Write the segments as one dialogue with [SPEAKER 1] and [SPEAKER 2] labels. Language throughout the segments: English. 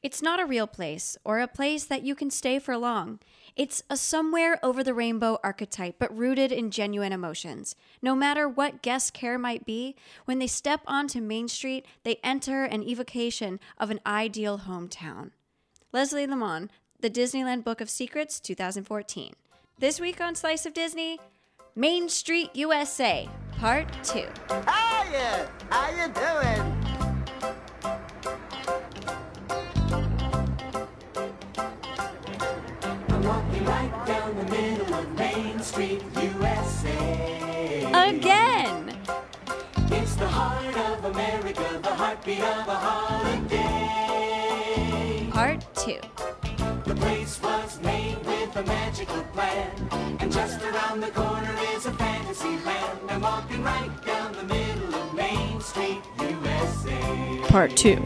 [SPEAKER 1] It's not a real place or a place that you can stay for long. It's a somewhere over the rainbow archetype, but rooted in genuine emotions. No matter what guest care might be, when they step onto Main Street, they enter an evocation of an ideal hometown. Leslie Lemon, The Disneyland Book of Secrets, 2014. This week on Slice of Disney, Main Street USA, Part 2.
[SPEAKER 2] Hiya! How you doing?
[SPEAKER 3] I'm walking right down the middle of Main Street, USA.
[SPEAKER 1] Again!
[SPEAKER 3] It's the heart of America, the heartbeat of a holiday.
[SPEAKER 1] Part 2.
[SPEAKER 3] The place was made with a magical plan, and just around the corner is a fantasy land. I'm walking right down the middle of Main Street, USA.
[SPEAKER 4] Part two.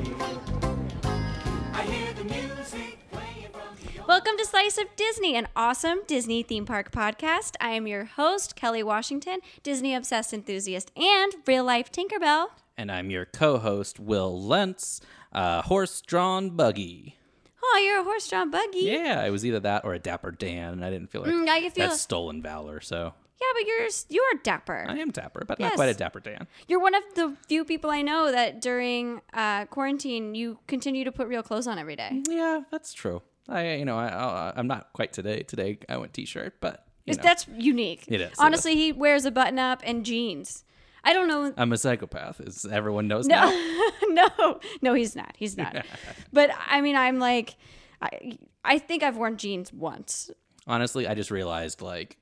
[SPEAKER 3] I hear the music playing from the
[SPEAKER 1] Welcome to Slice of Disney, an awesome Disney theme park podcast. I am your host, Kelly Washington, Disney obsessed enthusiast and real life Tinkerbell.
[SPEAKER 5] And I'm your co host, Will Lentz, uh, horse drawn buggy.
[SPEAKER 1] Oh, you're a horse drawn buggy.
[SPEAKER 5] Yeah, it was either that or a Dapper Dan, and I didn't feel like
[SPEAKER 1] Mm, I can feel-
[SPEAKER 5] that's stolen valor, so
[SPEAKER 1] Yeah, but you're you're dapper.
[SPEAKER 5] I am Dapper, but
[SPEAKER 1] Yes.
[SPEAKER 5] not quite a Dapper Dan.
[SPEAKER 1] You're one of the few people I know that during uh, quarantine you continue to put real clothes on every day.
[SPEAKER 5] Yeah, that's true. I, you know, I, I, I'm not quite today. Today I went t shirt, but you
[SPEAKER 1] Is-
[SPEAKER 5] know,
[SPEAKER 1] That's unique.
[SPEAKER 5] It is, Uh, it
[SPEAKER 1] Honestly, he wears a button up and jeans. I don't know.
[SPEAKER 5] I'm a psychopath, as everyone knows now.
[SPEAKER 1] No, no, no, he's not. He's not. but I mean, I'm like, I, I think I've worn jeans once.
[SPEAKER 5] Honestly, I just realized like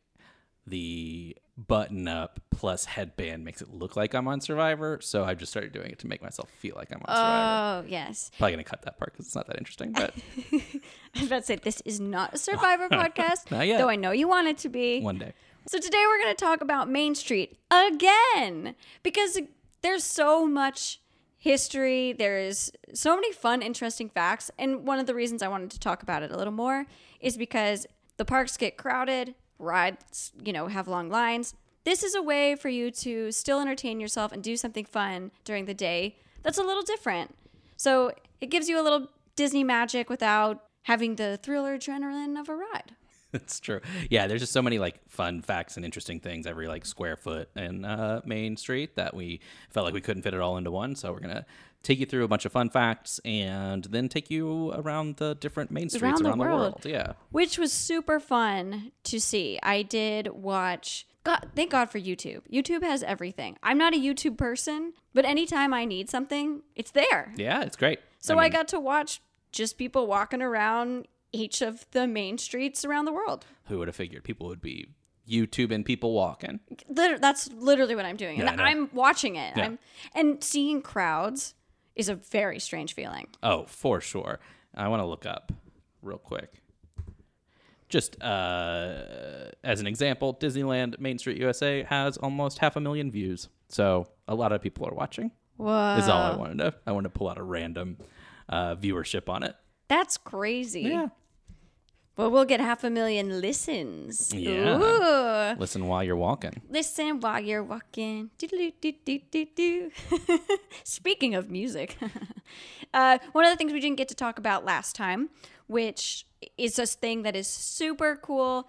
[SPEAKER 5] the button up plus headband makes it look like I'm on Survivor, so I just started doing it to make myself feel like I'm on Survivor.
[SPEAKER 1] Oh yes,
[SPEAKER 5] Probably gonna cut that part because it's not that interesting, but
[SPEAKER 1] I was about to say this is not a Survivor podcast,
[SPEAKER 5] Not yet.
[SPEAKER 1] though I know you want it to be.
[SPEAKER 5] one day.
[SPEAKER 1] So today we're going to talk about Main Street again because there's so much history, there's so many fun interesting facts, and one of the reasons I wanted to talk about it a little more is because the parks get crowded, rides, you know, have long lines. This is a way for you to still entertain yourself and do something fun during the day that's a little different. So it gives you a little Disney magic without having the thriller adrenaline of a ride.
[SPEAKER 5] That's true. Yeah, there's just so many like fun facts and interesting things every like square foot in uh, Main Street that we felt like we couldn't fit it all into one. So we're gonna take you through a bunch of fun facts and then take you around the different Main Streets
[SPEAKER 1] Around
[SPEAKER 5] around,
[SPEAKER 1] the
[SPEAKER 5] the,
[SPEAKER 1] world.
[SPEAKER 5] world. Yeah,
[SPEAKER 1] which was super fun to see. I did watch. God, thank God for YouTube. YouTube has everything. I'm not a YouTube person, but anytime I need something, it's there.
[SPEAKER 5] yeah, it's great.
[SPEAKER 1] So I,
[SPEAKER 5] mean,
[SPEAKER 1] got to watch just people walking around each of the main streets around the world.
[SPEAKER 5] who would have figured people would be YouTube and people walking.
[SPEAKER 1] Lit- that's literally what I'm doing,
[SPEAKER 5] Yeah, I
[SPEAKER 1] and
[SPEAKER 5] know.
[SPEAKER 1] I'm watching it.
[SPEAKER 5] Yeah.
[SPEAKER 1] I'm and seeing crowds is a very strange feeling.
[SPEAKER 5] Oh, for sure. I want to look up real quick. Just uh, as an example, Disneyland Main Street USA has almost half a million views. So a lot of people are watching.
[SPEAKER 1] Whoa,
[SPEAKER 5] Is all I want to know. I want to pull out a random uh, viewership on it.
[SPEAKER 1] that's crazy.
[SPEAKER 5] Yeah.
[SPEAKER 1] But we'll get half a million listens.
[SPEAKER 5] Yeah.
[SPEAKER 1] Ooh.
[SPEAKER 5] Listen while you're walking.
[SPEAKER 1] Listen while you're walking. Doo-doo-doo-doo-doo-doo. Speaking of music, uh, one of the things we didn't get to talk about last time, which is this thing that is super cool,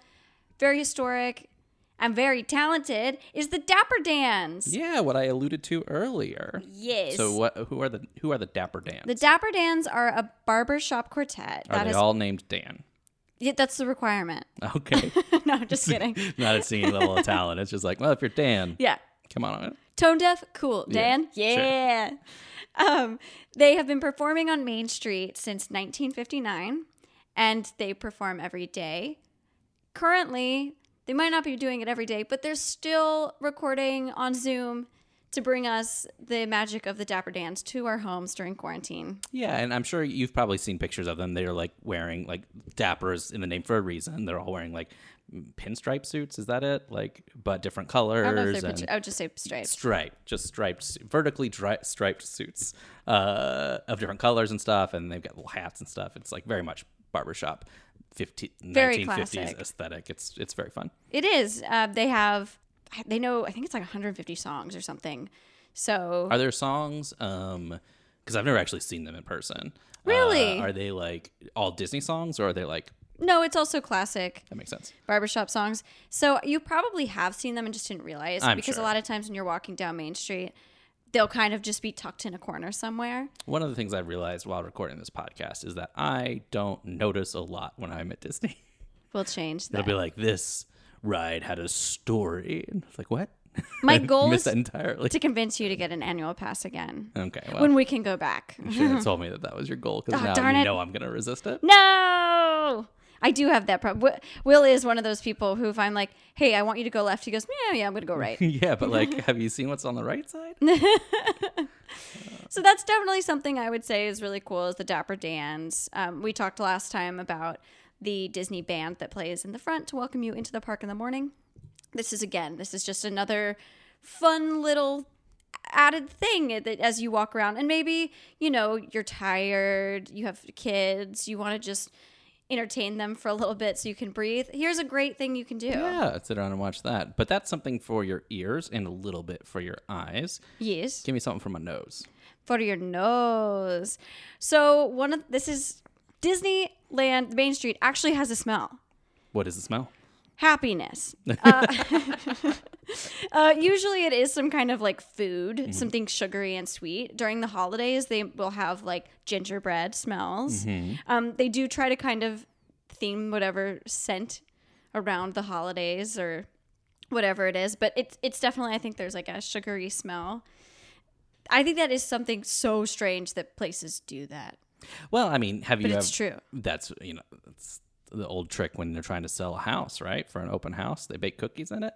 [SPEAKER 1] very historic, and very talented, is the Dapper Dans.
[SPEAKER 5] Yeah, what I alluded to earlier.
[SPEAKER 1] Yes.
[SPEAKER 5] So what? Who are the Who are the Dapper Dans?
[SPEAKER 1] the Dapper Dans are a barbershop quartet.
[SPEAKER 5] are
[SPEAKER 1] That
[SPEAKER 5] they
[SPEAKER 1] is,
[SPEAKER 5] all named Dan?
[SPEAKER 1] yeah, that's the requirement.
[SPEAKER 5] Okay,
[SPEAKER 1] no, I'm just kidding.
[SPEAKER 5] not a singing level of talent. It's just like, well, if you're Dan,
[SPEAKER 1] Yeah.
[SPEAKER 5] come on.
[SPEAKER 1] Tone deaf, cool. Dan,
[SPEAKER 5] sure.
[SPEAKER 1] yeah. Um, they have been performing on Main Street since 1959, and they perform every day. Currently, they might not be doing it every day, but they're still recording on Zoom to bring us the magic of the Dapper Dance to our homes during quarantine.
[SPEAKER 5] Yeah, and I'm sure you've probably seen pictures of them. They're like wearing like dappers in the name for a reason. They're all wearing like pinstripe suits. Is that it? Like, but different colors.
[SPEAKER 1] I don't know if they're
[SPEAKER 5] and-
[SPEAKER 1] picture- I would just say straight.
[SPEAKER 5] striped, just striped, su- vertically dri- striped suits uh, of different colors and stuff, and they've got little hats and stuff. It's like very much barbershop, 15,
[SPEAKER 1] Very
[SPEAKER 5] 1950s
[SPEAKER 1] classic.
[SPEAKER 5] aesthetic. It's it's very fun.
[SPEAKER 1] It is. Uh, they have, they know, I think it's like 150 songs or something. So
[SPEAKER 5] Are there songs? Um, because I've never actually seen them in person.
[SPEAKER 1] Really?
[SPEAKER 5] Uh, are they like all Disney songs or are they like,
[SPEAKER 1] No, it's also classic
[SPEAKER 5] that makes sense?
[SPEAKER 1] barbershop songs. So you probably have seen them and just didn't realize
[SPEAKER 5] I'm
[SPEAKER 1] because
[SPEAKER 5] sure.
[SPEAKER 1] a lot of times when you're walking down Main Street, they'll kind of just be tucked in a corner somewhere.
[SPEAKER 5] One of the things I realized while recording this podcast is that I don't notice a lot when I'm at Disney.
[SPEAKER 1] We'll change
[SPEAKER 5] It'll
[SPEAKER 1] that.
[SPEAKER 5] be like, this ride had a story. And it's like, what?
[SPEAKER 1] My goal
[SPEAKER 5] Missed
[SPEAKER 1] is
[SPEAKER 5] that Oh, entirely.
[SPEAKER 1] to convince you to get an annual pass again
[SPEAKER 5] Okay, well,
[SPEAKER 1] when we can go back.
[SPEAKER 5] you should have told me that that was your goal because
[SPEAKER 1] Oh,
[SPEAKER 5] now
[SPEAKER 1] darn
[SPEAKER 5] you
[SPEAKER 1] it.
[SPEAKER 5] know I'm going to resist it.
[SPEAKER 1] No, I do have that problem. Will is one of those people who, if I'm like, "Hey, I want you to go left," he goes, "Yeah, yeah, I'm gonna go right."
[SPEAKER 5] yeah, but like, have you seen what's on the right side?
[SPEAKER 1] So that's definitely something I would say is really cool is the Dapper Dans. Um, we talked last time about the Disney band that plays in the front to welcome you into the park in the morning. This is again, this is just another fun little added thing that as you walk around and maybe you know you're tired, you have kids, you want to just entertain them for a little bit so you can breathe. Here's a great thing you can do.
[SPEAKER 5] Yeah, sit around and watch that. But that's something for your ears and a little bit for your eyes.
[SPEAKER 1] Yes.
[SPEAKER 5] Give me something for my nose.
[SPEAKER 1] for your nose. So one of this is Disneyland Main Street actually has a smell.
[SPEAKER 5] What is the smell?
[SPEAKER 1] Happiness. Uh, uh, usually it is some kind of like food,
[SPEAKER 5] Mm-hmm.
[SPEAKER 1] something sugary and sweet. During the holidays, they will have like gingerbread smells.
[SPEAKER 5] Mm-hmm.
[SPEAKER 1] Um, they do try to kind of theme whatever scent around the holidays or whatever it is. But it's it's definitely I think there's like a sugary smell. I think that is something so strange that places do that.
[SPEAKER 5] Well, I mean, have you?
[SPEAKER 1] But it's
[SPEAKER 5] ev-
[SPEAKER 1] true.
[SPEAKER 5] That's you know, that's the old trick when they're trying to sell a house, right? For an open house, they bake cookies in it.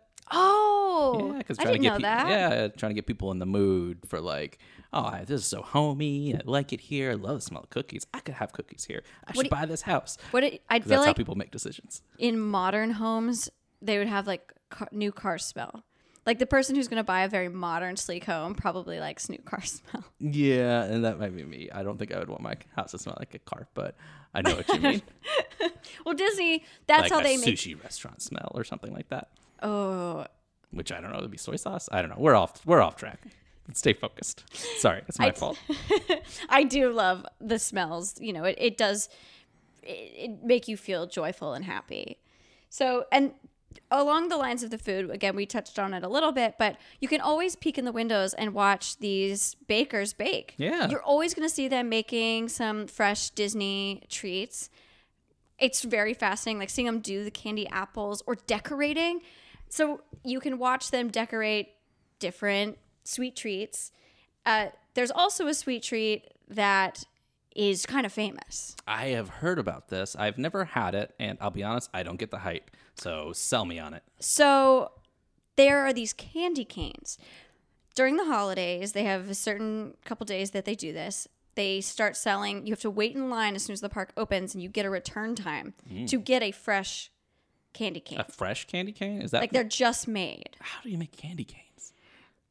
[SPEAKER 1] Oh,
[SPEAKER 5] Yeah, because
[SPEAKER 1] I
[SPEAKER 5] trying
[SPEAKER 1] didn't
[SPEAKER 5] to get
[SPEAKER 1] know
[SPEAKER 5] peop-
[SPEAKER 1] that.
[SPEAKER 5] yeah, trying to get people in the mood for like, oh, I- this is so homey. I like it here. I love the smell of cookies. I could have cookies here. I should
[SPEAKER 1] do-
[SPEAKER 5] buy this house. 'Cause
[SPEAKER 1] What it, I feel
[SPEAKER 5] That's how
[SPEAKER 1] like
[SPEAKER 5] people make decisions.
[SPEAKER 1] in modern homes, they would have like car, new car smell. Like the person who's going to buy a very modern, sleek home probably likes new car smell.
[SPEAKER 5] Yeah, and that might be me. I don't think I would want my house to smell like a car, but I know what you mean.
[SPEAKER 1] Well, Disney, that's
[SPEAKER 5] like
[SPEAKER 1] how
[SPEAKER 5] a
[SPEAKER 1] they make.
[SPEAKER 5] sushi restaurant smell or something like that.
[SPEAKER 1] Oh,
[SPEAKER 5] Which I don't know. It'd be soy sauce. I don't know. We're off. We're off track. Stay focused. Sorry, it's my fault.
[SPEAKER 1] I do love the smells. You know, it, it does it, it make you feel joyful and happy. So, and along the lines of the food, again, we touched on it a little bit, but you can always peek in the windows and watch these bakers bake.
[SPEAKER 5] Yeah.
[SPEAKER 1] You're always going to see them making some fresh Disney treats. It's very fascinating, like seeing them do the candy apples or decorating. So you can watch them decorate different sweet treats. Uh, there's also a sweet treat that is kind of famous.
[SPEAKER 5] I have heard about this. I've never had it, and I'll be honest, I don't get the hype. So sell me on it.
[SPEAKER 1] So there are these candy canes. During the holidays, they have a certain couple days that they do this. They start selling, you have to wait in line as soon as the park opens, and you get a return time
[SPEAKER 5] Mm.
[SPEAKER 1] to get a fresh candy cane.
[SPEAKER 5] A fresh candy cane? Is that
[SPEAKER 1] like they're just made.
[SPEAKER 5] how do you make candy canes?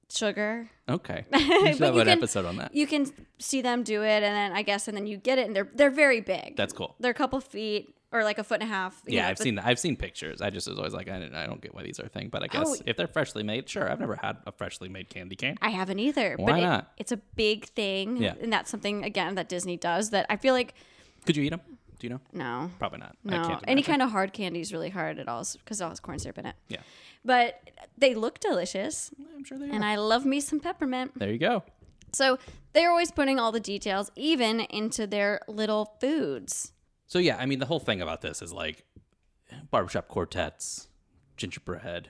[SPEAKER 1] Sugar.
[SPEAKER 5] Okay, we should
[SPEAKER 1] But
[SPEAKER 5] have
[SPEAKER 1] you can-
[SPEAKER 5] an episode on that.
[SPEAKER 1] You can see them do it, and then I guess, and then you get it, and they're they're very big.
[SPEAKER 5] That's cool.
[SPEAKER 1] They're a couple feet or like a foot and a half. you
[SPEAKER 5] yeah,
[SPEAKER 1] know,
[SPEAKER 5] I've
[SPEAKER 1] but
[SPEAKER 5] seen that. I've seen pictures. I just was always like, I don't, I don't get why these are a thing, but I guess
[SPEAKER 1] Oh.
[SPEAKER 5] if they're freshly made, sure. I've never had a freshly made candy cane.
[SPEAKER 1] I haven't either.
[SPEAKER 5] Why
[SPEAKER 1] but it-
[SPEAKER 5] not?
[SPEAKER 1] it's a big thing.
[SPEAKER 5] Yeah.
[SPEAKER 1] And that's something, again, that Disney does that I feel like,
[SPEAKER 5] Could you eat them? Do you know?
[SPEAKER 1] no.
[SPEAKER 5] Probably not. I
[SPEAKER 1] No.
[SPEAKER 5] can't
[SPEAKER 1] Any
[SPEAKER 5] imagine.
[SPEAKER 1] kind of hard candy is really hard at all because all has corn syrup in it.
[SPEAKER 5] Yeah,
[SPEAKER 1] But they look delicious.
[SPEAKER 5] I'm sure they are.
[SPEAKER 1] And I love me some peppermint.
[SPEAKER 5] there you go.
[SPEAKER 1] So they're always putting all the details, even into their little foods.
[SPEAKER 5] So yeah, I mean, the whole thing about this is like barbershop quartets, gingerbread.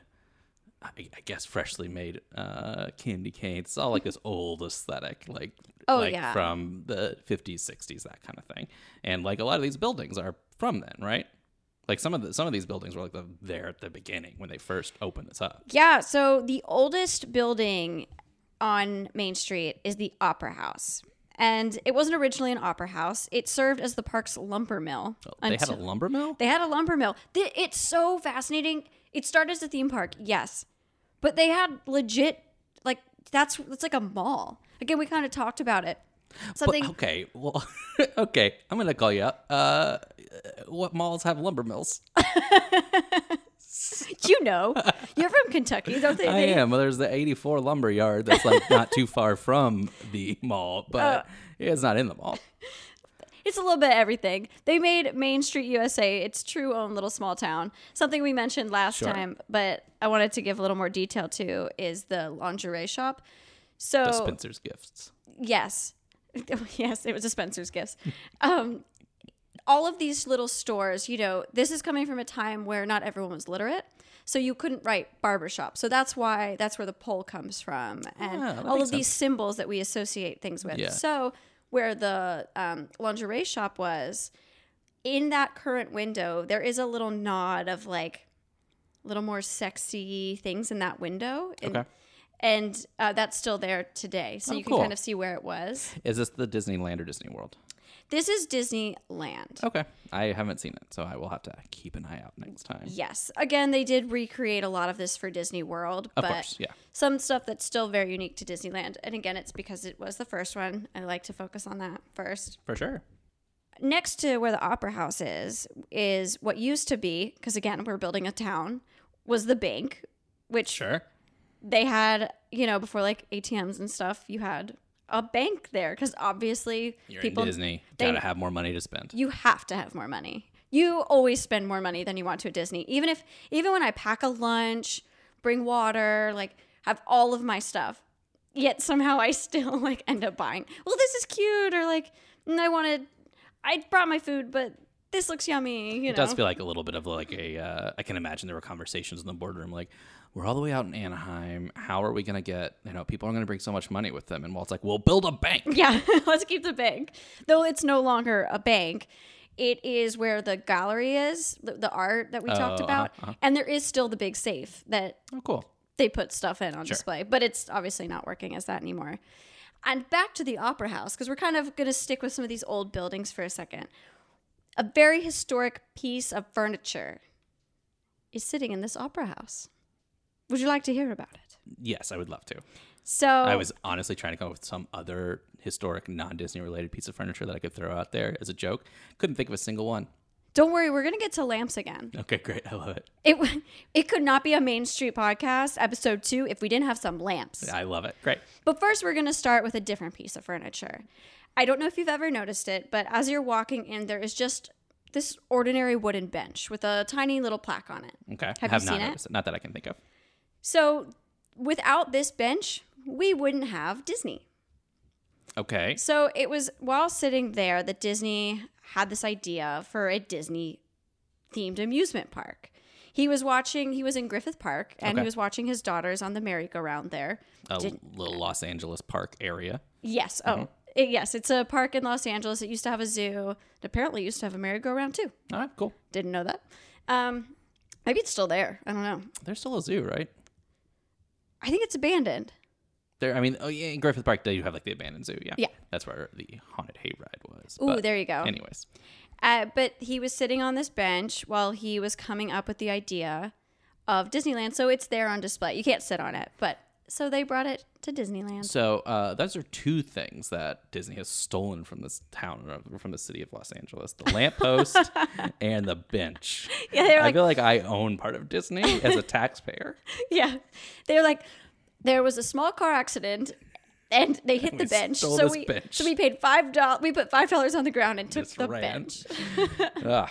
[SPEAKER 5] I, I guess freshly made uh, candy canes. It's all like this old aesthetic, like
[SPEAKER 1] Oh,
[SPEAKER 5] like
[SPEAKER 1] yeah.
[SPEAKER 5] from the 50s, 60s, that kind of thing. And like a lot of these buildings are from then, right? Like some of the some of these buildings were like the, there at the beginning when they first opened this up.
[SPEAKER 1] Yeah. So the oldest building on Main Street is the Opera House. And it wasn't originally an opera house. It served as the park's lumber mill.
[SPEAKER 5] Oh, They had a
[SPEAKER 1] until-
[SPEAKER 5] lumber mill.
[SPEAKER 1] They had a lumber mill. Th- It's so fascinating. It started as a theme park, yes, but they had legit like that's it's like a mall. Again, we kind of talked about it. Something
[SPEAKER 5] But, okay, well, okay, I'm gonna call you up. Uh, what malls have lumber mills?
[SPEAKER 1] you know, you're from Kentucky, don't they?
[SPEAKER 5] I
[SPEAKER 1] they-
[SPEAKER 5] am. Well, there's the 84 lumber yard
[SPEAKER 1] Oh.
[SPEAKER 5] that's like not too far from the mall, but it's not in the mall.
[SPEAKER 1] It's a little bit of everything. They made Main Street USA its true own little small town. Something we mentioned last
[SPEAKER 5] Sure.
[SPEAKER 1] time, but I wanted to give a little more detail to is the lingerie shop. So
[SPEAKER 5] The Spencer's gifts.
[SPEAKER 1] Yes. yes, it was a Spencer's Gifts. Um, all of these little stores, you know, this is coming from a time where not everyone was literate. So you couldn't write barbershop. So that's why that's where the pole comes from and
[SPEAKER 5] Ah, that
[SPEAKER 1] all
[SPEAKER 5] makes
[SPEAKER 1] of these symbols that we associate things with.
[SPEAKER 5] Yeah.
[SPEAKER 1] So where the um, lingerie shop was, in that current window, there is a little nod of like little more sexy things in that window. And,
[SPEAKER 5] Okay.
[SPEAKER 1] and uh, that's still there today. So
[SPEAKER 5] Oh,
[SPEAKER 1] you can
[SPEAKER 5] cool.
[SPEAKER 1] kind of see where it was.
[SPEAKER 5] Is this the Disneyland or Disney World?
[SPEAKER 1] This is Disneyland.
[SPEAKER 5] Okay. I haven't seen it, so I will have to keep an eye out next time.
[SPEAKER 1] Yes. Again, they did recreate a lot of this for Disney World,
[SPEAKER 5] Of
[SPEAKER 1] but
[SPEAKER 5] course, yeah.
[SPEAKER 1] some stuff that's still very unique to Disneyland. And again, it's because it was the first one. I like to focus on that first.
[SPEAKER 5] For sure.
[SPEAKER 1] Next to where the Opera House is, is what used to be, because again, we're building a town, was the bank, which
[SPEAKER 5] Sure.
[SPEAKER 1] they had, you know, before like ATMs and stuff, you had a bank there because obviously
[SPEAKER 5] You're
[SPEAKER 1] people
[SPEAKER 5] in Disney.
[SPEAKER 1] they-
[SPEAKER 5] Gotta have more money to spend.
[SPEAKER 1] you have to have more money. You always spend more money than you want to at Disney. Even if even when I pack a lunch, bring water, like have all of my stuff, yet somehow I still like end up buying. Well, this is cute or like mm, I wanted I brought my food, but this looks yummy, you
[SPEAKER 5] It
[SPEAKER 1] know.
[SPEAKER 5] does feel like a little bit of like a. Uh, I can imagine there were conversations in the boardroom like, we're all the way out in Anaheim. How are we gonna get? You know, people are gonna bring so much money with them, and Walt's like, we'll build a bank.
[SPEAKER 1] yeah, let's keep the bank. Though it's no longer a bank. It is where the gallery is, the, the art that we talked
[SPEAKER 5] Oh,
[SPEAKER 1] about.
[SPEAKER 5] uh-huh, uh-huh.
[SPEAKER 1] And there is still the big safe that
[SPEAKER 5] Oh, cool.
[SPEAKER 1] they put stuff in on display, but it's obviously not working as that anymore. And back to the Opera House, because we're kind of going to stick with some of these old buildings for a second. A very historic piece of furniture is sitting in this Opera House. Would you like to hear about it?
[SPEAKER 5] Yes, I would love to.
[SPEAKER 1] So
[SPEAKER 5] I was honestly trying to come up with some other historic, non-Disney related piece of furniture that I could throw out there as a joke. Couldn't think of a single one.
[SPEAKER 1] don't worry, we're going to get to lamps again.
[SPEAKER 5] Okay, great. I love it.
[SPEAKER 1] It w- it could not be a Main Street podcast episode two if we didn't have some lamps.
[SPEAKER 5] I love it. Great.
[SPEAKER 1] But first, we're going to start with a different piece of furniture. I don't know if you've ever noticed it, but as you're walking in, there is just this ordinary wooden bench with a tiny little plaque on it.
[SPEAKER 5] Okay.
[SPEAKER 1] Have you
[SPEAKER 5] Have
[SPEAKER 1] seen
[SPEAKER 5] not
[SPEAKER 1] it?
[SPEAKER 5] noticed it. Not that I can think of.
[SPEAKER 1] So, without this bench, we wouldn't have Disney.
[SPEAKER 5] Okay.
[SPEAKER 1] So, it was while sitting there that Disney had this idea for a Disney themed amusement park. He was watching, he was in Griffith Park and he
[SPEAKER 5] Okay.
[SPEAKER 1] was watching his daughters on the merry-go-round there.
[SPEAKER 5] A little Los Angeles park area.
[SPEAKER 1] Yes. Oh,
[SPEAKER 5] Mm-hmm.
[SPEAKER 1] it- yes. It's a park in Los Angeles. It used to have a zoo. It apparently used to have a merry-go-round too.
[SPEAKER 5] All right, cool.
[SPEAKER 1] Didn't know that. Um, maybe it's still there. I don't know.
[SPEAKER 5] There's still a zoo, right?
[SPEAKER 1] I think it's abandoned.
[SPEAKER 5] There, I mean, oh yeah, in Griffith Park they do have like the abandoned zoo. Yeah,
[SPEAKER 1] Yeah.
[SPEAKER 5] That's where the haunted hayride was.
[SPEAKER 1] Ooh,
[SPEAKER 5] but
[SPEAKER 1] there you go.
[SPEAKER 5] Anyways,
[SPEAKER 1] Uh, but he was sitting on this bench while he was coming up with the idea of Disneyland. So it's there on display. You can't sit on it, but so they brought it to Disneyland.
[SPEAKER 5] so uh, those are two things that Disney has stolen from this town, or from the city of Los Angeles: the lamppost and the bench.
[SPEAKER 1] Yeah, they were
[SPEAKER 5] I
[SPEAKER 1] like,
[SPEAKER 5] feel like I own part of Disney as a taxpayer.
[SPEAKER 1] yeah, they were like, there was a small car accident. And they hit
[SPEAKER 5] We
[SPEAKER 1] the bench.
[SPEAKER 5] stole
[SPEAKER 1] So
[SPEAKER 5] this
[SPEAKER 1] we
[SPEAKER 5] bench.
[SPEAKER 1] so we paid five dollars. We put five dollars on the ground and took
[SPEAKER 5] Just
[SPEAKER 1] the
[SPEAKER 5] ran.
[SPEAKER 1] bench.
[SPEAKER 5] Ugh,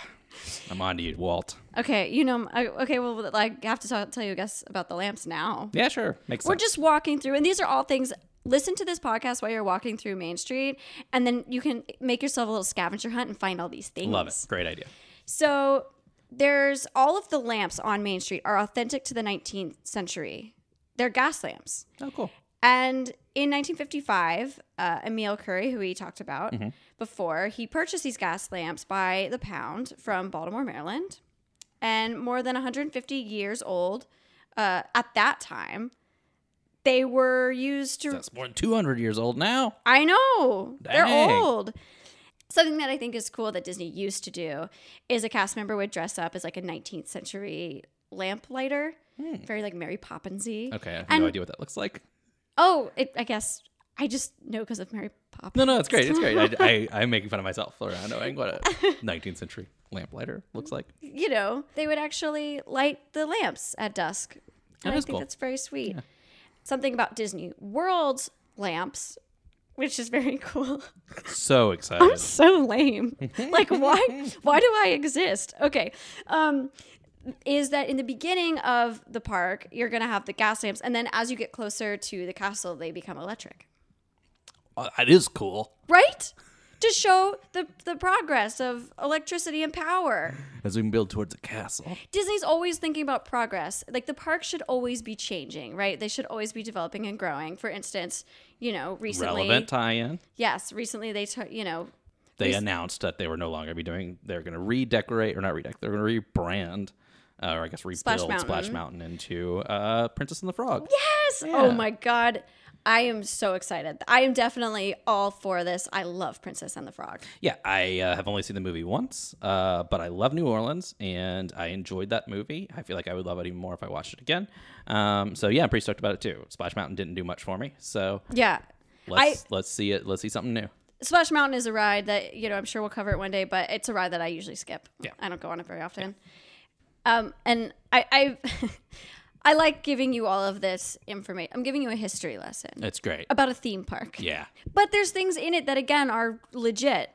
[SPEAKER 5] I'm on to you, Walt.
[SPEAKER 1] Okay, you know, I, okay, well, like, I have to talk, tell you, I guess, about the lamps now.
[SPEAKER 5] Yeah, sure, makes
[SPEAKER 1] We're
[SPEAKER 5] sense.
[SPEAKER 1] just walking through, and these are all things. Listen to this podcast while you're walking through Main Street, and then you can make yourself a little scavenger hunt and find all these things.
[SPEAKER 5] Love it. Great idea.
[SPEAKER 1] So, there's all of the lamps on Main Street are authentic to the 19th century. They're gas lamps.
[SPEAKER 5] Oh, cool.
[SPEAKER 1] And in 1955, uh, Emil Curry, who we talked about
[SPEAKER 5] Mm-hmm.
[SPEAKER 1] before, he purchased these gas lamps by the pound from Baltimore, Maryland. And more than 150 years old uh, at that time, they were used to.
[SPEAKER 5] That's more than 200 years old now.
[SPEAKER 1] I know.
[SPEAKER 5] Dang.
[SPEAKER 1] They're old. Something that I think is cool that Disney used to do is a cast member would dress up as like a 19th century lamplighter, very like Mary Poppinsy.
[SPEAKER 5] Hmm. Okay, I have
[SPEAKER 1] And-
[SPEAKER 5] no idea what that looks like.
[SPEAKER 1] Oh, it, I guess I just know because of Mary Poppins.
[SPEAKER 5] No, no, it's great. It's great. I, I, I'm making fun of myself for not knowing what a 19th century lamplighter looks like.
[SPEAKER 1] You know, they would actually light the lamps at dusk. And
[SPEAKER 5] That
[SPEAKER 1] I
[SPEAKER 5] is
[SPEAKER 1] think
[SPEAKER 5] cool.
[SPEAKER 1] that's very sweet. Something about Disney World's lamps which is very cool.
[SPEAKER 5] So excited.
[SPEAKER 1] I'm so lame. Like why why do I exist? Okay. Um is that in the beginning of the park you're going to have the gas lamps and then as you get closer to the castle they become electric.
[SPEAKER 5] Uh, That is cool.
[SPEAKER 1] Right? To show the the progress of electricity and power.
[SPEAKER 5] As we build towards a castle.
[SPEAKER 1] Disney's always thinking about progress. Like the park should always be changing, right? They should always be developing and growing. For instance, you know, recently
[SPEAKER 5] Relevant tie in.
[SPEAKER 1] Yes, recently they took, you know,
[SPEAKER 5] They announced that they were no longer be doing, they're going to redecorate, or not redecorate, they're going to rebrand, uh, or I guess rebuild Splash Mountain,
[SPEAKER 1] Mountain.
[SPEAKER 5] into uh, Princess and the Frog.
[SPEAKER 1] Yes. Oh my god. I am so excited. I am definitely all for this. I love Princess and the Frog.
[SPEAKER 5] Yeah, I uh, have only seen the movie once, uh, but I love New Orleans and I enjoyed that movie. I feel like I would love it even more if I watched it again. Um, so yeah, I'm pretty stoked about it too. Splash Mountain didn't do much for me, so
[SPEAKER 1] Yeah.
[SPEAKER 5] let's let's see it. Let's see something new.
[SPEAKER 1] Splash Mountain is a ride that, you know, I'm sure we'll cover it one day, but it's a ride that I usually skip.
[SPEAKER 5] Yeah.
[SPEAKER 1] I don't go on it very often. Um, and I I I like giving you all of this information. I'm giving you a history lesson
[SPEAKER 5] It's great.
[SPEAKER 1] about a theme park.
[SPEAKER 5] Yeah,
[SPEAKER 1] But there's things in it that again are legit.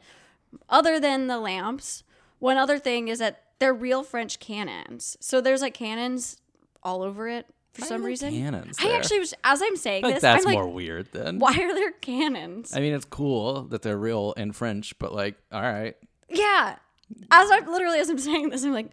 [SPEAKER 1] Other than the lamps, one other thing is that they're real French cannons. So there's like cannons all over it for some
[SPEAKER 5] there
[SPEAKER 1] reason.
[SPEAKER 5] cannons
[SPEAKER 1] I
[SPEAKER 5] there?
[SPEAKER 1] actually was as I'm saying
[SPEAKER 5] I think
[SPEAKER 1] this,
[SPEAKER 5] that's
[SPEAKER 1] I'm like,
[SPEAKER 5] more weird then.
[SPEAKER 1] why are there cannons?
[SPEAKER 5] I mean, it's cool that they're real in French, but like, all right,
[SPEAKER 1] yeah. As I literally as I'm saying this, I'm like,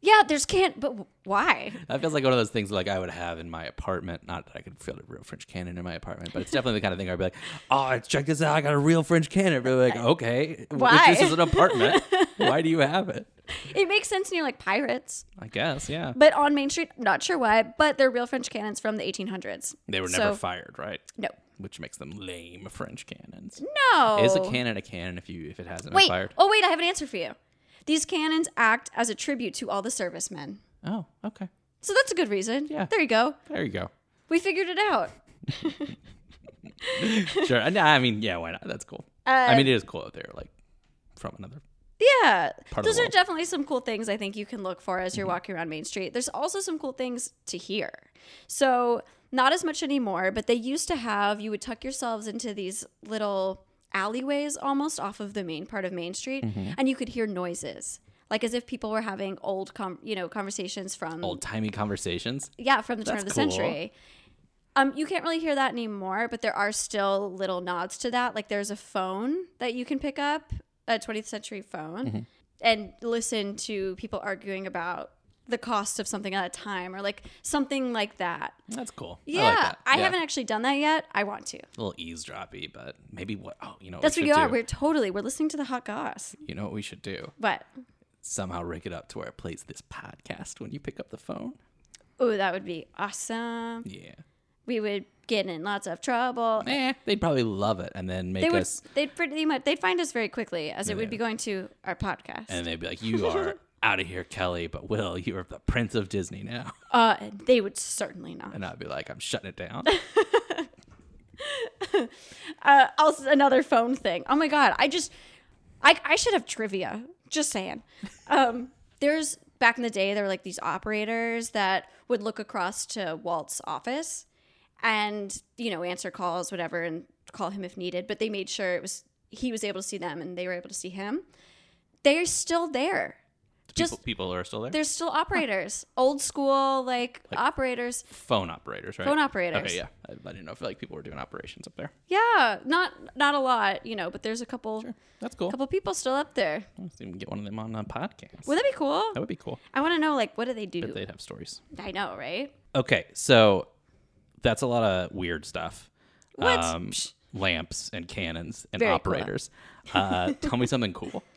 [SPEAKER 1] yeah, there's can but why?
[SPEAKER 5] that feels like one of those things like I would have in my apartment. Not that I could feel a real French cannon in my apartment, but it's definitely the kind of thing I'd be like, oh, check this out, I got a real French cannon. But like, okay,
[SPEAKER 1] Why?
[SPEAKER 5] this is an apartment. why do you have it?
[SPEAKER 1] It makes sense when you're like pirates.
[SPEAKER 5] I guess, yeah.
[SPEAKER 1] But on Main Street, not sure why, but they're real French cannons from the 1800s.
[SPEAKER 5] They were
[SPEAKER 1] So-
[SPEAKER 5] never fired, right?
[SPEAKER 1] No.
[SPEAKER 5] Which makes them lame French cannons.
[SPEAKER 1] No.
[SPEAKER 5] Is a cannon a cannon if you if it hasn't
[SPEAKER 1] Wait.
[SPEAKER 5] been fired?
[SPEAKER 1] Oh, wait. I have an answer for you. These cannons act as a tribute to all the servicemen.
[SPEAKER 5] Oh, okay.
[SPEAKER 1] So that's a good reason.
[SPEAKER 5] Yeah.
[SPEAKER 1] There you go.
[SPEAKER 5] There you go.
[SPEAKER 1] We figured it out.
[SPEAKER 5] Sure. I- I mean, yeah, why not? That's cool.
[SPEAKER 1] Uh,
[SPEAKER 5] I mean, it is cool that they're like from another.
[SPEAKER 1] Yeah.
[SPEAKER 5] Part of the Mm-hmm.
[SPEAKER 1] Those are
[SPEAKER 5] world.
[SPEAKER 1] definitely some cool things I think you can look for as you're walking around Main Street. There's also some cool things to hear. So, not as much anymore, but they used to have you would tuck yourselves into these little alleyways almost off of the main part of Main Street
[SPEAKER 5] Mm-hmm.
[SPEAKER 1] and you could hear noises. Like as if people were having old, com- you know, conversations from
[SPEAKER 5] old timey conversations.
[SPEAKER 1] Yeah, from the turn
[SPEAKER 5] That's
[SPEAKER 1] of the
[SPEAKER 5] cool.
[SPEAKER 1] century. Um, you can't really hear that anymore, but there are still little nods to that. Like there's a phone that you can pick up, a 20th century phone,
[SPEAKER 5] Mm-hmm.
[SPEAKER 1] and listen to people arguing about the cost of something at a time or like something like that.
[SPEAKER 5] That's cool.
[SPEAKER 1] Yeah,
[SPEAKER 5] I,
[SPEAKER 1] I,
[SPEAKER 5] like that. Yeah.
[SPEAKER 1] haven't actually done that yet. I want to.
[SPEAKER 5] A little eavesdroppy, but maybe what? Oh, you know, what
[SPEAKER 1] That's
[SPEAKER 5] we
[SPEAKER 1] what
[SPEAKER 5] should
[SPEAKER 1] you are.
[SPEAKER 5] do?
[SPEAKER 1] We're totally we're listening to the hot goss.
[SPEAKER 5] You know what we should do?
[SPEAKER 1] But
[SPEAKER 5] Somehow rig it up to where it plays this podcast when you pick up the phone.
[SPEAKER 1] oh, that would be awesome.
[SPEAKER 5] Yeah.
[SPEAKER 1] We would get in lots of trouble.
[SPEAKER 5] Eh, they'd probably love it, and then make
[SPEAKER 1] They would.
[SPEAKER 5] us.
[SPEAKER 1] They'd pretty much. They'd find us very quickly, as it
[SPEAKER 5] Yeah.
[SPEAKER 1] would be going to our podcast.
[SPEAKER 5] And they'd be like, "You are out of here, Kelly." But Will, you are the prince of Disney now.
[SPEAKER 1] Uh, they would certainly not.
[SPEAKER 5] And I'd be like, "I'm shutting it down."
[SPEAKER 1] Uh, also another phone thing. Oh my god, I just, I, I should have trivia. Just saying. Um, there's back in the day there were like these operators that would look across to Walt's office, and you know answer calls, whatever, and call him if needed. But they made sure it was he was able to see them, and they were able to see him. They're still there. Just
[SPEAKER 5] people, people are still there.
[SPEAKER 1] they're still operators, old school like, operators.
[SPEAKER 5] phone operators, right?
[SPEAKER 1] Phone operators.
[SPEAKER 5] Okay, yeah. I, I didn't know if like people were doing operations up there.
[SPEAKER 1] Yeah, not not a lot, you know, but there's a couple.
[SPEAKER 5] That's cool.
[SPEAKER 1] couple people still up there.
[SPEAKER 5] Let's even get one of them on a podcast.
[SPEAKER 1] Would that be cool?
[SPEAKER 5] that would be cool.
[SPEAKER 1] I want to know, like, what do they
[SPEAKER 5] But
[SPEAKER 1] do?
[SPEAKER 5] they'd have stories.
[SPEAKER 1] I know, right?
[SPEAKER 5] Okay, so that's a lot of weird stuff. Um,
[SPEAKER 1] What? Psh.
[SPEAKER 5] lamps and cannons and
[SPEAKER 1] Very cool.
[SPEAKER 5] operators. Uh, tell me something cool.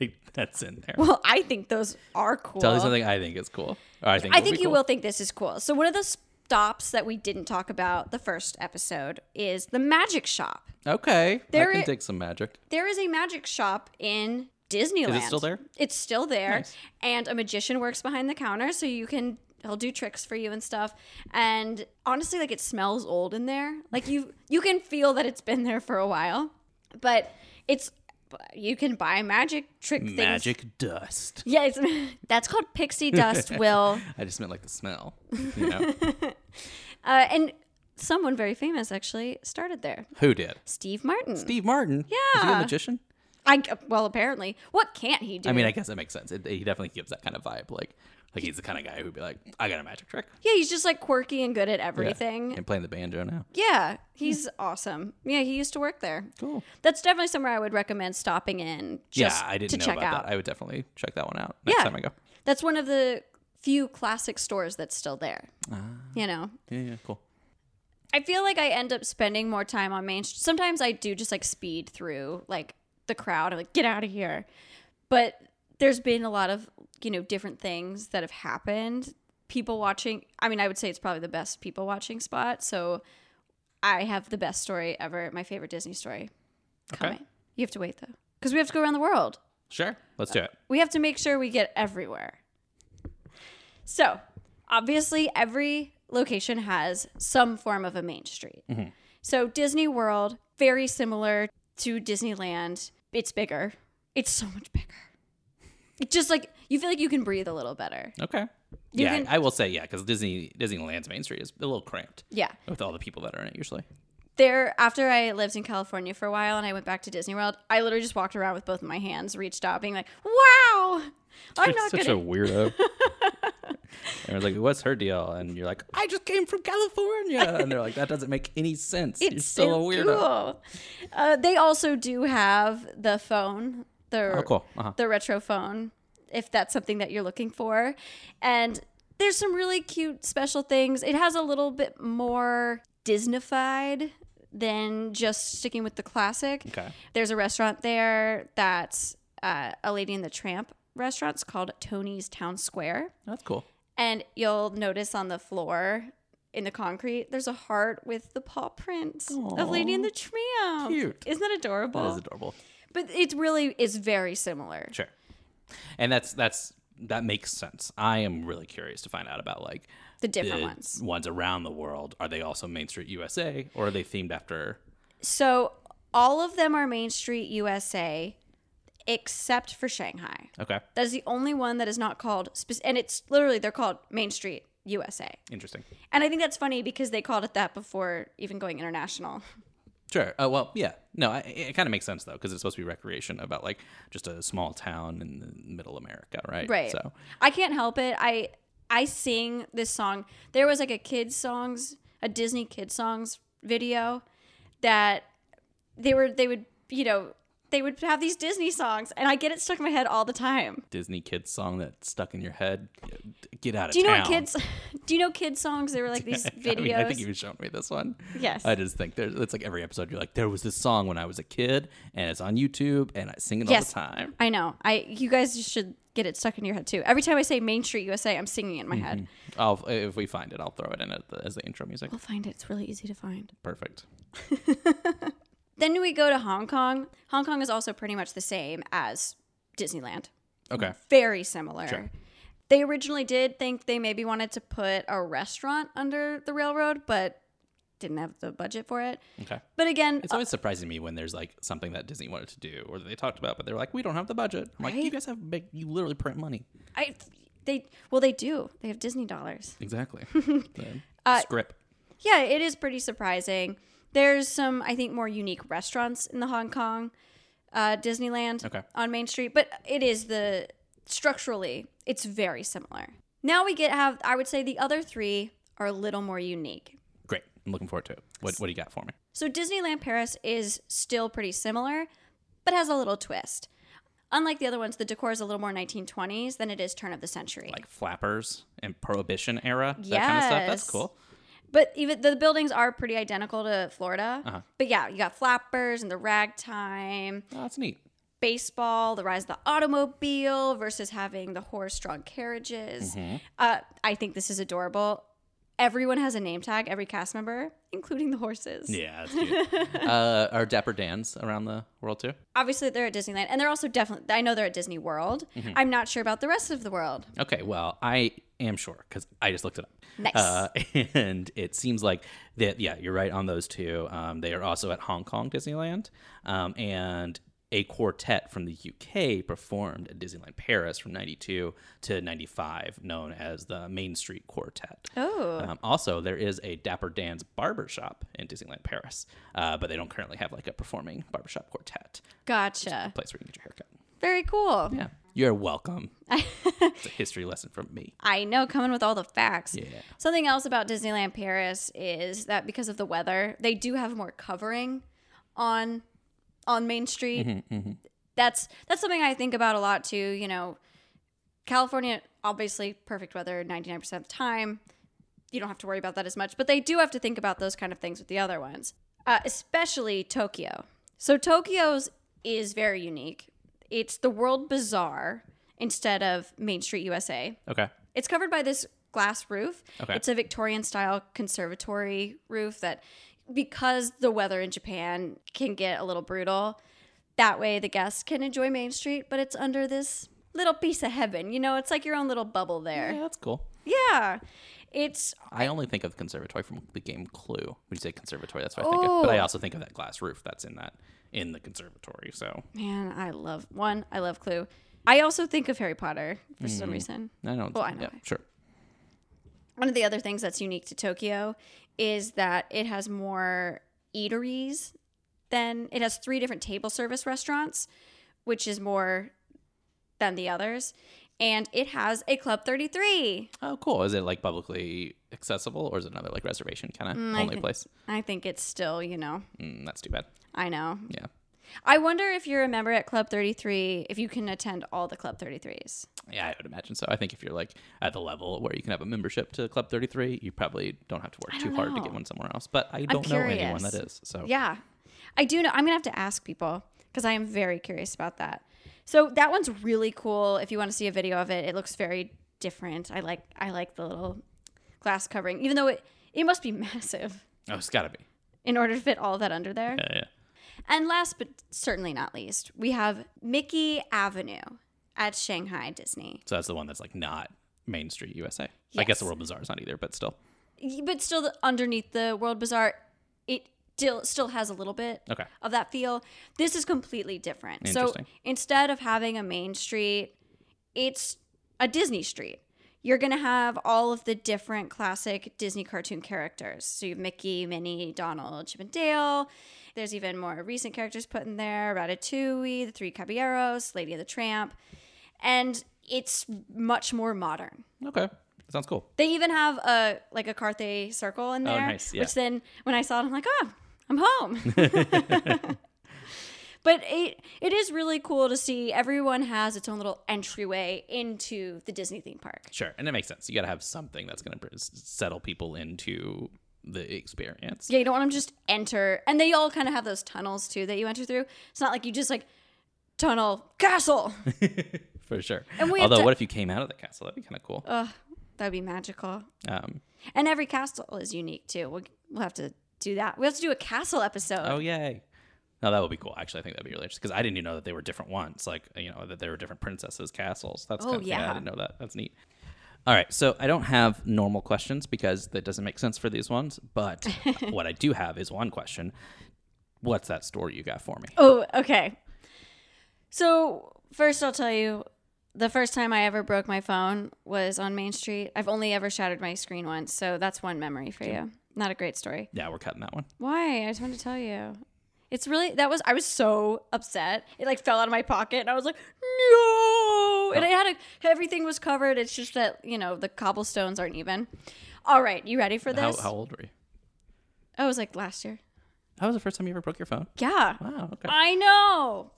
[SPEAKER 5] Like that's in there.
[SPEAKER 1] Well, I think those are cool.
[SPEAKER 5] tell me something I think is cool. Or I think
[SPEAKER 1] I
[SPEAKER 5] would be
[SPEAKER 1] think you
[SPEAKER 5] cool.
[SPEAKER 1] will think this is cool. So one of the stops that we didn't talk about the first episode is the magic shop.
[SPEAKER 5] Okay,
[SPEAKER 1] There
[SPEAKER 5] I can
[SPEAKER 1] i-
[SPEAKER 5] take some magic.
[SPEAKER 1] There is a magic shop in Disneyland.
[SPEAKER 5] still there?
[SPEAKER 1] It's still there,
[SPEAKER 5] Nice.
[SPEAKER 1] and a magician works behind the counter, so you can. He'll do tricks for you and stuff. And honestly, like it smells old in there. Like you, you can feel that it's been there for a while. But it's you can buy magic trick things.
[SPEAKER 5] Magic dust.
[SPEAKER 1] Yeah, it's, that's called pixie dust. Will
[SPEAKER 5] I just meant like the smell. You know,
[SPEAKER 1] uh, and someone very famous actually started there.
[SPEAKER 5] Who did?
[SPEAKER 1] Steve Martin.
[SPEAKER 5] Steve Martin. Yeah. Is he a
[SPEAKER 1] Yeah.
[SPEAKER 5] magician?
[SPEAKER 1] I well, apparently, what can't he do?
[SPEAKER 5] I mean, I guess that makes sense. It, he definitely gives that kind of vibe. Like, like he's the kind of guy who'd be like, "I got a magic trick."
[SPEAKER 1] yeah, he's just like quirky and good at
[SPEAKER 5] Yeah.
[SPEAKER 1] everything.
[SPEAKER 5] And playing the banjo now. Hmm.
[SPEAKER 1] Yeah, he's awesome. Yeah, he used to work there.
[SPEAKER 5] Cool.
[SPEAKER 1] That's definitely somewhere I would recommend stopping in. Just
[SPEAKER 5] yeah, I didn't
[SPEAKER 1] to
[SPEAKER 5] know
[SPEAKER 1] check
[SPEAKER 5] about
[SPEAKER 1] out.
[SPEAKER 5] that. I would definitely check that one out next
[SPEAKER 1] Yeah.
[SPEAKER 5] time I go.
[SPEAKER 1] That's one of the few classic stores that's still there.
[SPEAKER 5] Ah.
[SPEAKER 1] You know,
[SPEAKER 5] Yeah, yeah, cool.
[SPEAKER 1] I feel like I end up spending more time on Main Street. Sometimes I do just like speed through like the crowd. I'm like, get out of here. But there's been a lot of, you know, different things that have happened. People watching, I mean, I would say it's probably the best people watching spot. So I have the best story ever, my favorite Disney story
[SPEAKER 5] Okay.
[SPEAKER 1] coming. You have to wait though, because we have to go around the world.
[SPEAKER 5] Sure. Let's do it.
[SPEAKER 1] We have to make sure we get everywhere. So, obviously, every location has some form of a main street.
[SPEAKER 5] Mm-hmm.
[SPEAKER 1] So, Disney World, very similar to Disneyland. It's bigger, it's so much bigger. It just like you feel like you can breathe a little better.
[SPEAKER 5] Okay.
[SPEAKER 1] You
[SPEAKER 5] yeah,
[SPEAKER 1] can-
[SPEAKER 5] I will say yeah, because Disney Disneyland's Main Street is a little cramped
[SPEAKER 1] Yeah.
[SPEAKER 5] with all the people that are in it usually.
[SPEAKER 1] There, after I lived in California for a while and I went back to Disney World, I literally just walked around with both of my hands reached out, being like, wow, I'm not
[SPEAKER 5] such
[SPEAKER 1] going to.
[SPEAKER 5] a weirdo. and I was like, "What's her deal?" And you're like, "I just came from California," and they're like, "That doesn't make any sense. you're still a
[SPEAKER 1] so
[SPEAKER 5] weirdo."
[SPEAKER 1] cool. Uh, they also do have the phone, the
[SPEAKER 5] Oh, cool. Uh-huh.
[SPEAKER 1] the retro phone, if that's something that you're looking for. And there's some really cute special things. It has a little bit more Disneyfied than just sticking with the classic.
[SPEAKER 5] Okay.
[SPEAKER 1] There's a restaurant there that's uh, a Lady and the Tramp restaurant. It's called Tony's Town Square.
[SPEAKER 5] That's cool.
[SPEAKER 1] And you'll notice on the floor in the concrete, there's a heart with the paw prints of Lady and the Tramp.
[SPEAKER 5] Cute.
[SPEAKER 1] Isn't that adorable?
[SPEAKER 5] That is adorable.
[SPEAKER 1] but it really is very similar.
[SPEAKER 5] Sure. And that's that's that makes sense. I am really curious to find out about like
[SPEAKER 1] The different
[SPEAKER 5] the
[SPEAKER 1] ones.
[SPEAKER 5] ones around the world. Are they also Main Street USA or are they themed after?
[SPEAKER 1] So all of them are Main Street USA except for Shanghai.
[SPEAKER 5] Okay,
[SPEAKER 1] That is the only one that is not called, spec- and it's literally, they're called Main Street USA.
[SPEAKER 5] interesting.
[SPEAKER 1] And I think that's funny because they called it that before even going international.
[SPEAKER 5] Sure. Uh, well, yeah. No, I, it kind of makes sense though because it's supposed to be recreation about like just a small town in the middle America, right?
[SPEAKER 1] Right.
[SPEAKER 5] So
[SPEAKER 1] I can't help it. I I sing this song. There was like a kids songs, a Disney kids songs video that they were they would, you know, they would have these Disney songs and I get it stuck in my head all the time.
[SPEAKER 5] Disney kids song that's stuck in your head. Get out of
[SPEAKER 1] Do you know
[SPEAKER 5] town.
[SPEAKER 1] what kids do you know kids songs? They were like these videos.
[SPEAKER 5] I, mean, I think you've shown me this one.
[SPEAKER 1] Yes.
[SPEAKER 5] I just think there's it's like every episode you're like, there was this song when I was a kid and it's on YouTube and I sing it
[SPEAKER 1] Yes.
[SPEAKER 5] all the time.
[SPEAKER 1] I know. I you guys should get it stuck in your head too. Every time I say Main Street USA, I'm singing it in my head.
[SPEAKER 5] I'll if we find it, I'll throw it in at the, as the intro music.
[SPEAKER 1] I'll find it. It's really easy to find.
[SPEAKER 5] Perfect.
[SPEAKER 1] Then we go to Hong Kong. Hong Kong is also pretty much the same as Disneyland.
[SPEAKER 5] Okay.
[SPEAKER 1] very similar.
[SPEAKER 5] Sure.
[SPEAKER 1] They originally did think they maybe wanted to put a restaurant under the railroad, but didn't have the budget for it.
[SPEAKER 5] Okay.
[SPEAKER 1] But again,
[SPEAKER 5] It's always surprising me when there's like something that Disney wanted to do or that they talked about, but they were like, we don't have the budget. I'm like, you
[SPEAKER 1] Right?
[SPEAKER 5] guys have big, you literally print money.
[SPEAKER 1] I they well they do. They have Disney dollars.
[SPEAKER 5] Exactly. The
[SPEAKER 1] Uh,
[SPEAKER 5] script.
[SPEAKER 1] Yeah, it is pretty surprising. There's some I think more unique restaurants in the Hong Kong uh, Disneyland
[SPEAKER 5] Okay.
[SPEAKER 1] on Main Street, but it is the structurally it's very similar. Now we get have I would say the other three are a little more unique.
[SPEAKER 5] Great. I'm looking forward to it. What, what do you got for me?
[SPEAKER 1] So Disneyland Paris is still pretty similar, but has a little twist. Unlike the other ones, the decor is a little more 1920s than it is turn of the century.
[SPEAKER 5] Like flappers and prohibition era, that kind of stuff. That's
[SPEAKER 1] Yes.
[SPEAKER 5] cool.
[SPEAKER 1] but even the buildings are pretty identical to Florida.
[SPEAKER 5] Uh-huh.
[SPEAKER 1] But yeah, you got flappers and the ragtime,
[SPEAKER 5] Oh, that's neat.
[SPEAKER 1] baseball, the rise of the automobile versus having the horse-drawn carriages.
[SPEAKER 5] Mm-hmm.
[SPEAKER 1] Uh, I think this is adorable. Everyone has a name tag, every cast member, including the horses.
[SPEAKER 5] Yeah, that's cute. uh, are Dapper Dan's around the world too?
[SPEAKER 1] obviously they're at Disneyland and they're also definitely I know they're at Disney World. I'm not sure about the rest of the world.
[SPEAKER 5] Okay, well, I am sure because I just looked it up.
[SPEAKER 1] Nice.
[SPEAKER 5] Uh, and it seems like that. Yeah, you're right on those two. Um, they are also at Hong Kong Disneyland, um, and a quartet from the UK performed at Disneyland Paris from 92 to 95, known as the Main Street Quartet.
[SPEAKER 1] Oh.
[SPEAKER 5] Um, also, there is a Dapper Dan's barber shop in Disneyland Paris, uh, but they don't currently have like a performing barbershop quartet
[SPEAKER 1] Gotcha.
[SPEAKER 5] place where you can get your haircut.
[SPEAKER 1] Very cool.
[SPEAKER 5] Yeah. You're welcome. it's a history lesson from me.
[SPEAKER 1] I know, coming with all the facts.
[SPEAKER 5] Yeah.
[SPEAKER 1] Something else about Disneyland Paris is that because of the weather, they do have more covering on on Main Street. That's that's something I think about a lot too. You know, California obviously perfect weather ninety nine percent of the time. You don't have to worry about that as much, but they do have to think about those kind of things with the other ones, uh, especially Tokyo. So Tokyo's is very unique. It's the World Bazaar instead of Main Street USA.
[SPEAKER 5] Okay.
[SPEAKER 1] It's covered by this glass roof.
[SPEAKER 5] Okay.
[SPEAKER 1] It's a Victorian style conservatory roof that, because the weather in Japan can get a little brutal, that way the guests can enjoy Main Street, but it's under this little piece of heaven. You know, it's like your own little bubble
[SPEAKER 5] Yeah,
[SPEAKER 1] there.
[SPEAKER 5] that's cool.
[SPEAKER 1] Yeah. It's
[SPEAKER 5] I only think of the conservatory from the game Clue. When you say conservatory, that's what I think of. But I
[SPEAKER 1] Oh.
[SPEAKER 5] also think of that glass roof that's in that in the conservatory. So
[SPEAKER 1] man, I love one. I love Clue. I also think of Harry Potter for some reason.
[SPEAKER 5] I know.
[SPEAKER 1] Well, Oh, I know.
[SPEAKER 5] Yeah, sure.
[SPEAKER 1] One of the other things that's unique to Tokyo is that it has more eateries than it has three different table service restaurants, which is more than the others. And it has a Club 33.
[SPEAKER 5] Oh, cool. Is it like publicly accessible, or is it another like reservation kind of
[SPEAKER 1] Mm, I
[SPEAKER 5] only
[SPEAKER 1] thi-
[SPEAKER 5] place?
[SPEAKER 1] I think it's still, you know,
[SPEAKER 5] Mm, that's too bad.
[SPEAKER 1] I know.
[SPEAKER 5] Yeah,
[SPEAKER 1] I wonder if you're a member at Club 33, if you can attend all the Club 33s.
[SPEAKER 5] yeah, I would imagine so. I think if you're like at the level where you can have a membership to Club Thirty Three, you probably don't have to work too
[SPEAKER 1] don't
[SPEAKER 5] hard to
[SPEAKER 1] know.
[SPEAKER 5] get one somewhere else. But I don't know anyone that
[SPEAKER 1] curious.
[SPEAKER 5] is. So
[SPEAKER 1] Yeah. I do know. I'm going to have to ask people because I am very curious about that. So that one's really cool. If you want to see a video of it, it looks very different. I like I like the little glass covering, even though it, it must be massive
[SPEAKER 5] oh, it's gotta be.
[SPEAKER 1] in order to fit all that under there.
[SPEAKER 5] Yeah, yeah.
[SPEAKER 1] And last but certainly not least, we have Mickey Avenue at Shanghai Disney.
[SPEAKER 5] So that's the one that's like not Main Street USA. I guess
[SPEAKER 1] Yes.
[SPEAKER 5] the World Bazaar is not either, but still.
[SPEAKER 1] But still the, underneath the World Bazaar, it still still has a little bit
[SPEAKER 5] Okay.
[SPEAKER 1] of that feel. This is completely different. So
[SPEAKER 5] Interesting.
[SPEAKER 1] instead of having a main street, it's a Disney street. You're going to have all of the different classic Disney cartoon characters. So you have Mickey, Minnie, Donald, Chip and Dale. There's even more recent characters put in there Ratatouille, The Three Caballeros, Lady of the Tramp. And it's much more modern.
[SPEAKER 5] Okay. That sounds cool.
[SPEAKER 1] They even have a like a Carthay circle in
[SPEAKER 5] Oh,
[SPEAKER 1] there,
[SPEAKER 5] nice, yeah.
[SPEAKER 1] which then when I saw it, I'm like, oh, I'm home. but it it is really cool to see everyone has its own little entryway into the Disney theme park.
[SPEAKER 5] Sure, and it makes sense. You got to have something that's going to settle people into the experience.
[SPEAKER 1] Yeah, you don't want them to just enter, and they all kind of have those tunnels too that you enter through. It's not like you just like tunnel castle.
[SPEAKER 5] for sure.
[SPEAKER 1] And we Uh, have
[SPEAKER 5] Although,
[SPEAKER 1] to-
[SPEAKER 5] what if you came out of the castle? That'd be kind of cool.
[SPEAKER 1] That'd be magical.
[SPEAKER 5] um,
[SPEAKER 1] And every castle is unique too. We'll, we'll have to do that. We will have to do a castle episode.
[SPEAKER 5] oh yay! No, that would be cool. Actually, I think that'd be really interesting because I didn't even know that they were different ones. Like you know that there were different princesses' castles. That's
[SPEAKER 1] Oh,
[SPEAKER 5] kind of, yeah. I
[SPEAKER 1] yeah.
[SPEAKER 5] didn't know that. That's neat. All right, so I don't have normal questions because that doesn't make sense for these ones. But what I do have is one question. What's that story you got for me?
[SPEAKER 1] Oh, okay. So first, I'll tell you the first time I ever broke my phone was on Main Street. I've only ever shattered my screen once, so that's one memory for you. Not a great story.
[SPEAKER 5] Yeah, we're cutting that one.
[SPEAKER 1] Why? I just wanted to tell you. It's really that was I was so upset. It like fell out of my pocket, and I was like, no.
[SPEAKER 5] Oh.
[SPEAKER 1] And it had a, everything was covered. It's just that you know the cobblestones aren't even. All right, you ready for
[SPEAKER 5] How,
[SPEAKER 1] this?
[SPEAKER 5] how old were you?
[SPEAKER 1] I was like last year.
[SPEAKER 5] That was the first time you ever broke your phone.
[SPEAKER 1] Yeah,
[SPEAKER 5] Wow. Okay.
[SPEAKER 1] I know.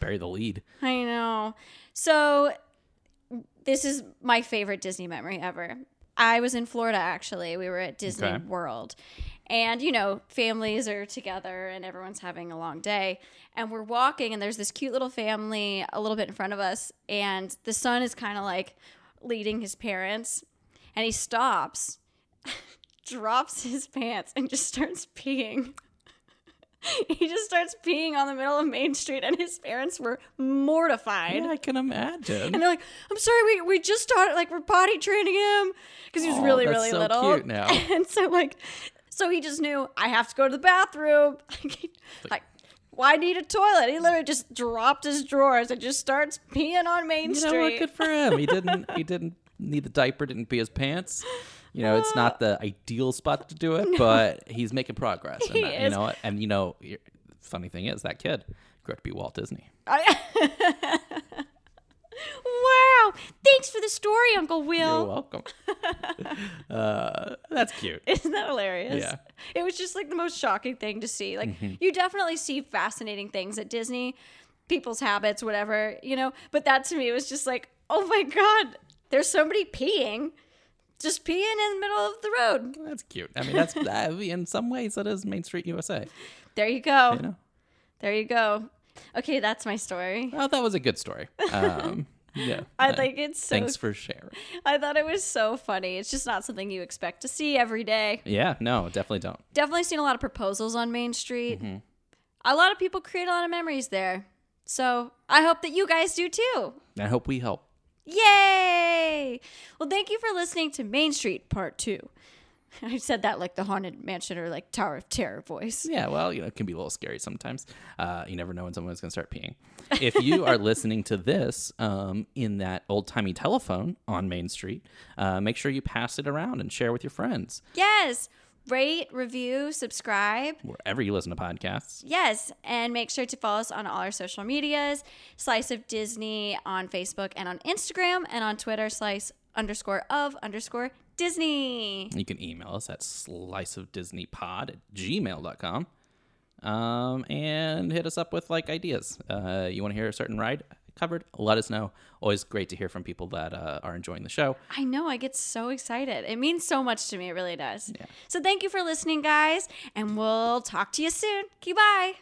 [SPEAKER 5] Bury the lead.
[SPEAKER 1] I know. So this is my favorite Disney memory ever. I was in Florida actually. We were at Disney
[SPEAKER 5] Okay.
[SPEAKER 1] World. And you know, families are together and everyone's having a long day. And we're walking and there's this cute little family a little bit in front of us and the son is kind of like leading his parents and he stops, drops his pants and just starts peeing he just starts peeing on the middle of Main Street, and his parents were mortified.
[SPEAKER 5] Yeah, I can
[SPEAKER 1] And
[SPEAKER 5] imagine.
[SPEAKER 1] they're like, "I'm sorry, we, we just started like we're potty training him because he was
[SPEAKER 5] Aw,
[SPEAKER 1] really
[SPEAKER 5] that's
[SPEAKER 1] really
[SPEAKER 5] so
[SPEAKER 1] little."
[SPEAKER 5] cute now.
[SPEAKER 1] and so like, so he just knew I have to go to the bathroom. like, Why need a toilet? He literally just dropped his drawers and just starts peeing on Main
[SPEAKER 5] You
[SPEAKER 1] Street.
[SPEAKER 5] know what? Good for him. He didn't. He didn't need the diaper. Didn't pee his pants. You know, it's not the ideal spot to do it, but he's making progress. And
[SPEAKER 1] He
[SPEAKER 5] that- You
[SPEAKER 1] is.
[SPEAKER 5] know, what? and you know, you're- funny thing is that kid grew up to be Walt Disney.
[SPEAKER 1] I- wow! Thanks for the story, Uncle
[SPEAKER 5] You're
[SPEAKER 1] Will.
[SPEAKER 5] welcome. uh, that's cute.
[SPEAKER 1] Isn't that hilarious?
[SPEAKER 5] Yeah. Mm-hmm.
[SPEAKER 1] It was just like the most shocking thing to see. Like you definitely see fascinating things at Disney, people's habits, whatever, you know. But that to me was just like, oh my god, there's somebody peeing, just peeing in the middle of the road.
[SPEAKER 5] That's cute. I mean, that's that, in some ways that is Main Street USA.
[SPEAKER 1] There you go.
[SPEAKER 5] You know,
[SPEAKER 1] There you go. Okay, that's my story.
[SPEAKER 5] well, that was a good story. Um, yeah,
[SPEAKER 1] I
[SPEAKER 5] uh,
[SPEAKER 1] think it's so.
[SPEAKER 5] Thanks for sharing.
[SPEAKER 1] I thought it was so funny. It's just not something you expect to see every day.
[SPEAKER 5] Yeah, no, definitely don't.
[SPEAKER 1] Definitely seen a lot of proposals on Main Street. A lot of people create a lot of memories there. So I hope that you guys do too.
[SPEAKER 5] And I hope we help.
[SPEAKER 1] Yay! Well, thank you for listening to Main Street Part 2. I said that like the Haunted Mansion or like Tower of Terror voice.
[SPEAKER 5] Yeah, well, you know, it can be a little scary sometimes. Uh, you never know when someone's going to start peeing. If you are listening to this um, in that old timey telephone on Main Street, uh, make sure you pass it around and share with your friends
[SPEAKER 1] Yes! Rate, review, subscribe.
[SPEAKER 5] wherever you listen to podcasts.
[SPEAKER 1] Yes, and make sure to follow us on all our social medias Slice of Disney on Facebook and on Instagram, and on Twitter, Slice underscore of underscore Disney.
[SPEAKER 5] You can email us at sliceofdisneypod at gmail.com um, and hit us up with like ideas. Uh, you want to hear a certain ride covered? Let us know. Always great to hear from people that uh, are enjoying the show.
[SPEAKER 1] I know, I get so excited. It means so much to me, it really does. So thank you for listening, guys, and we'll talk to you soon. Okay, bye.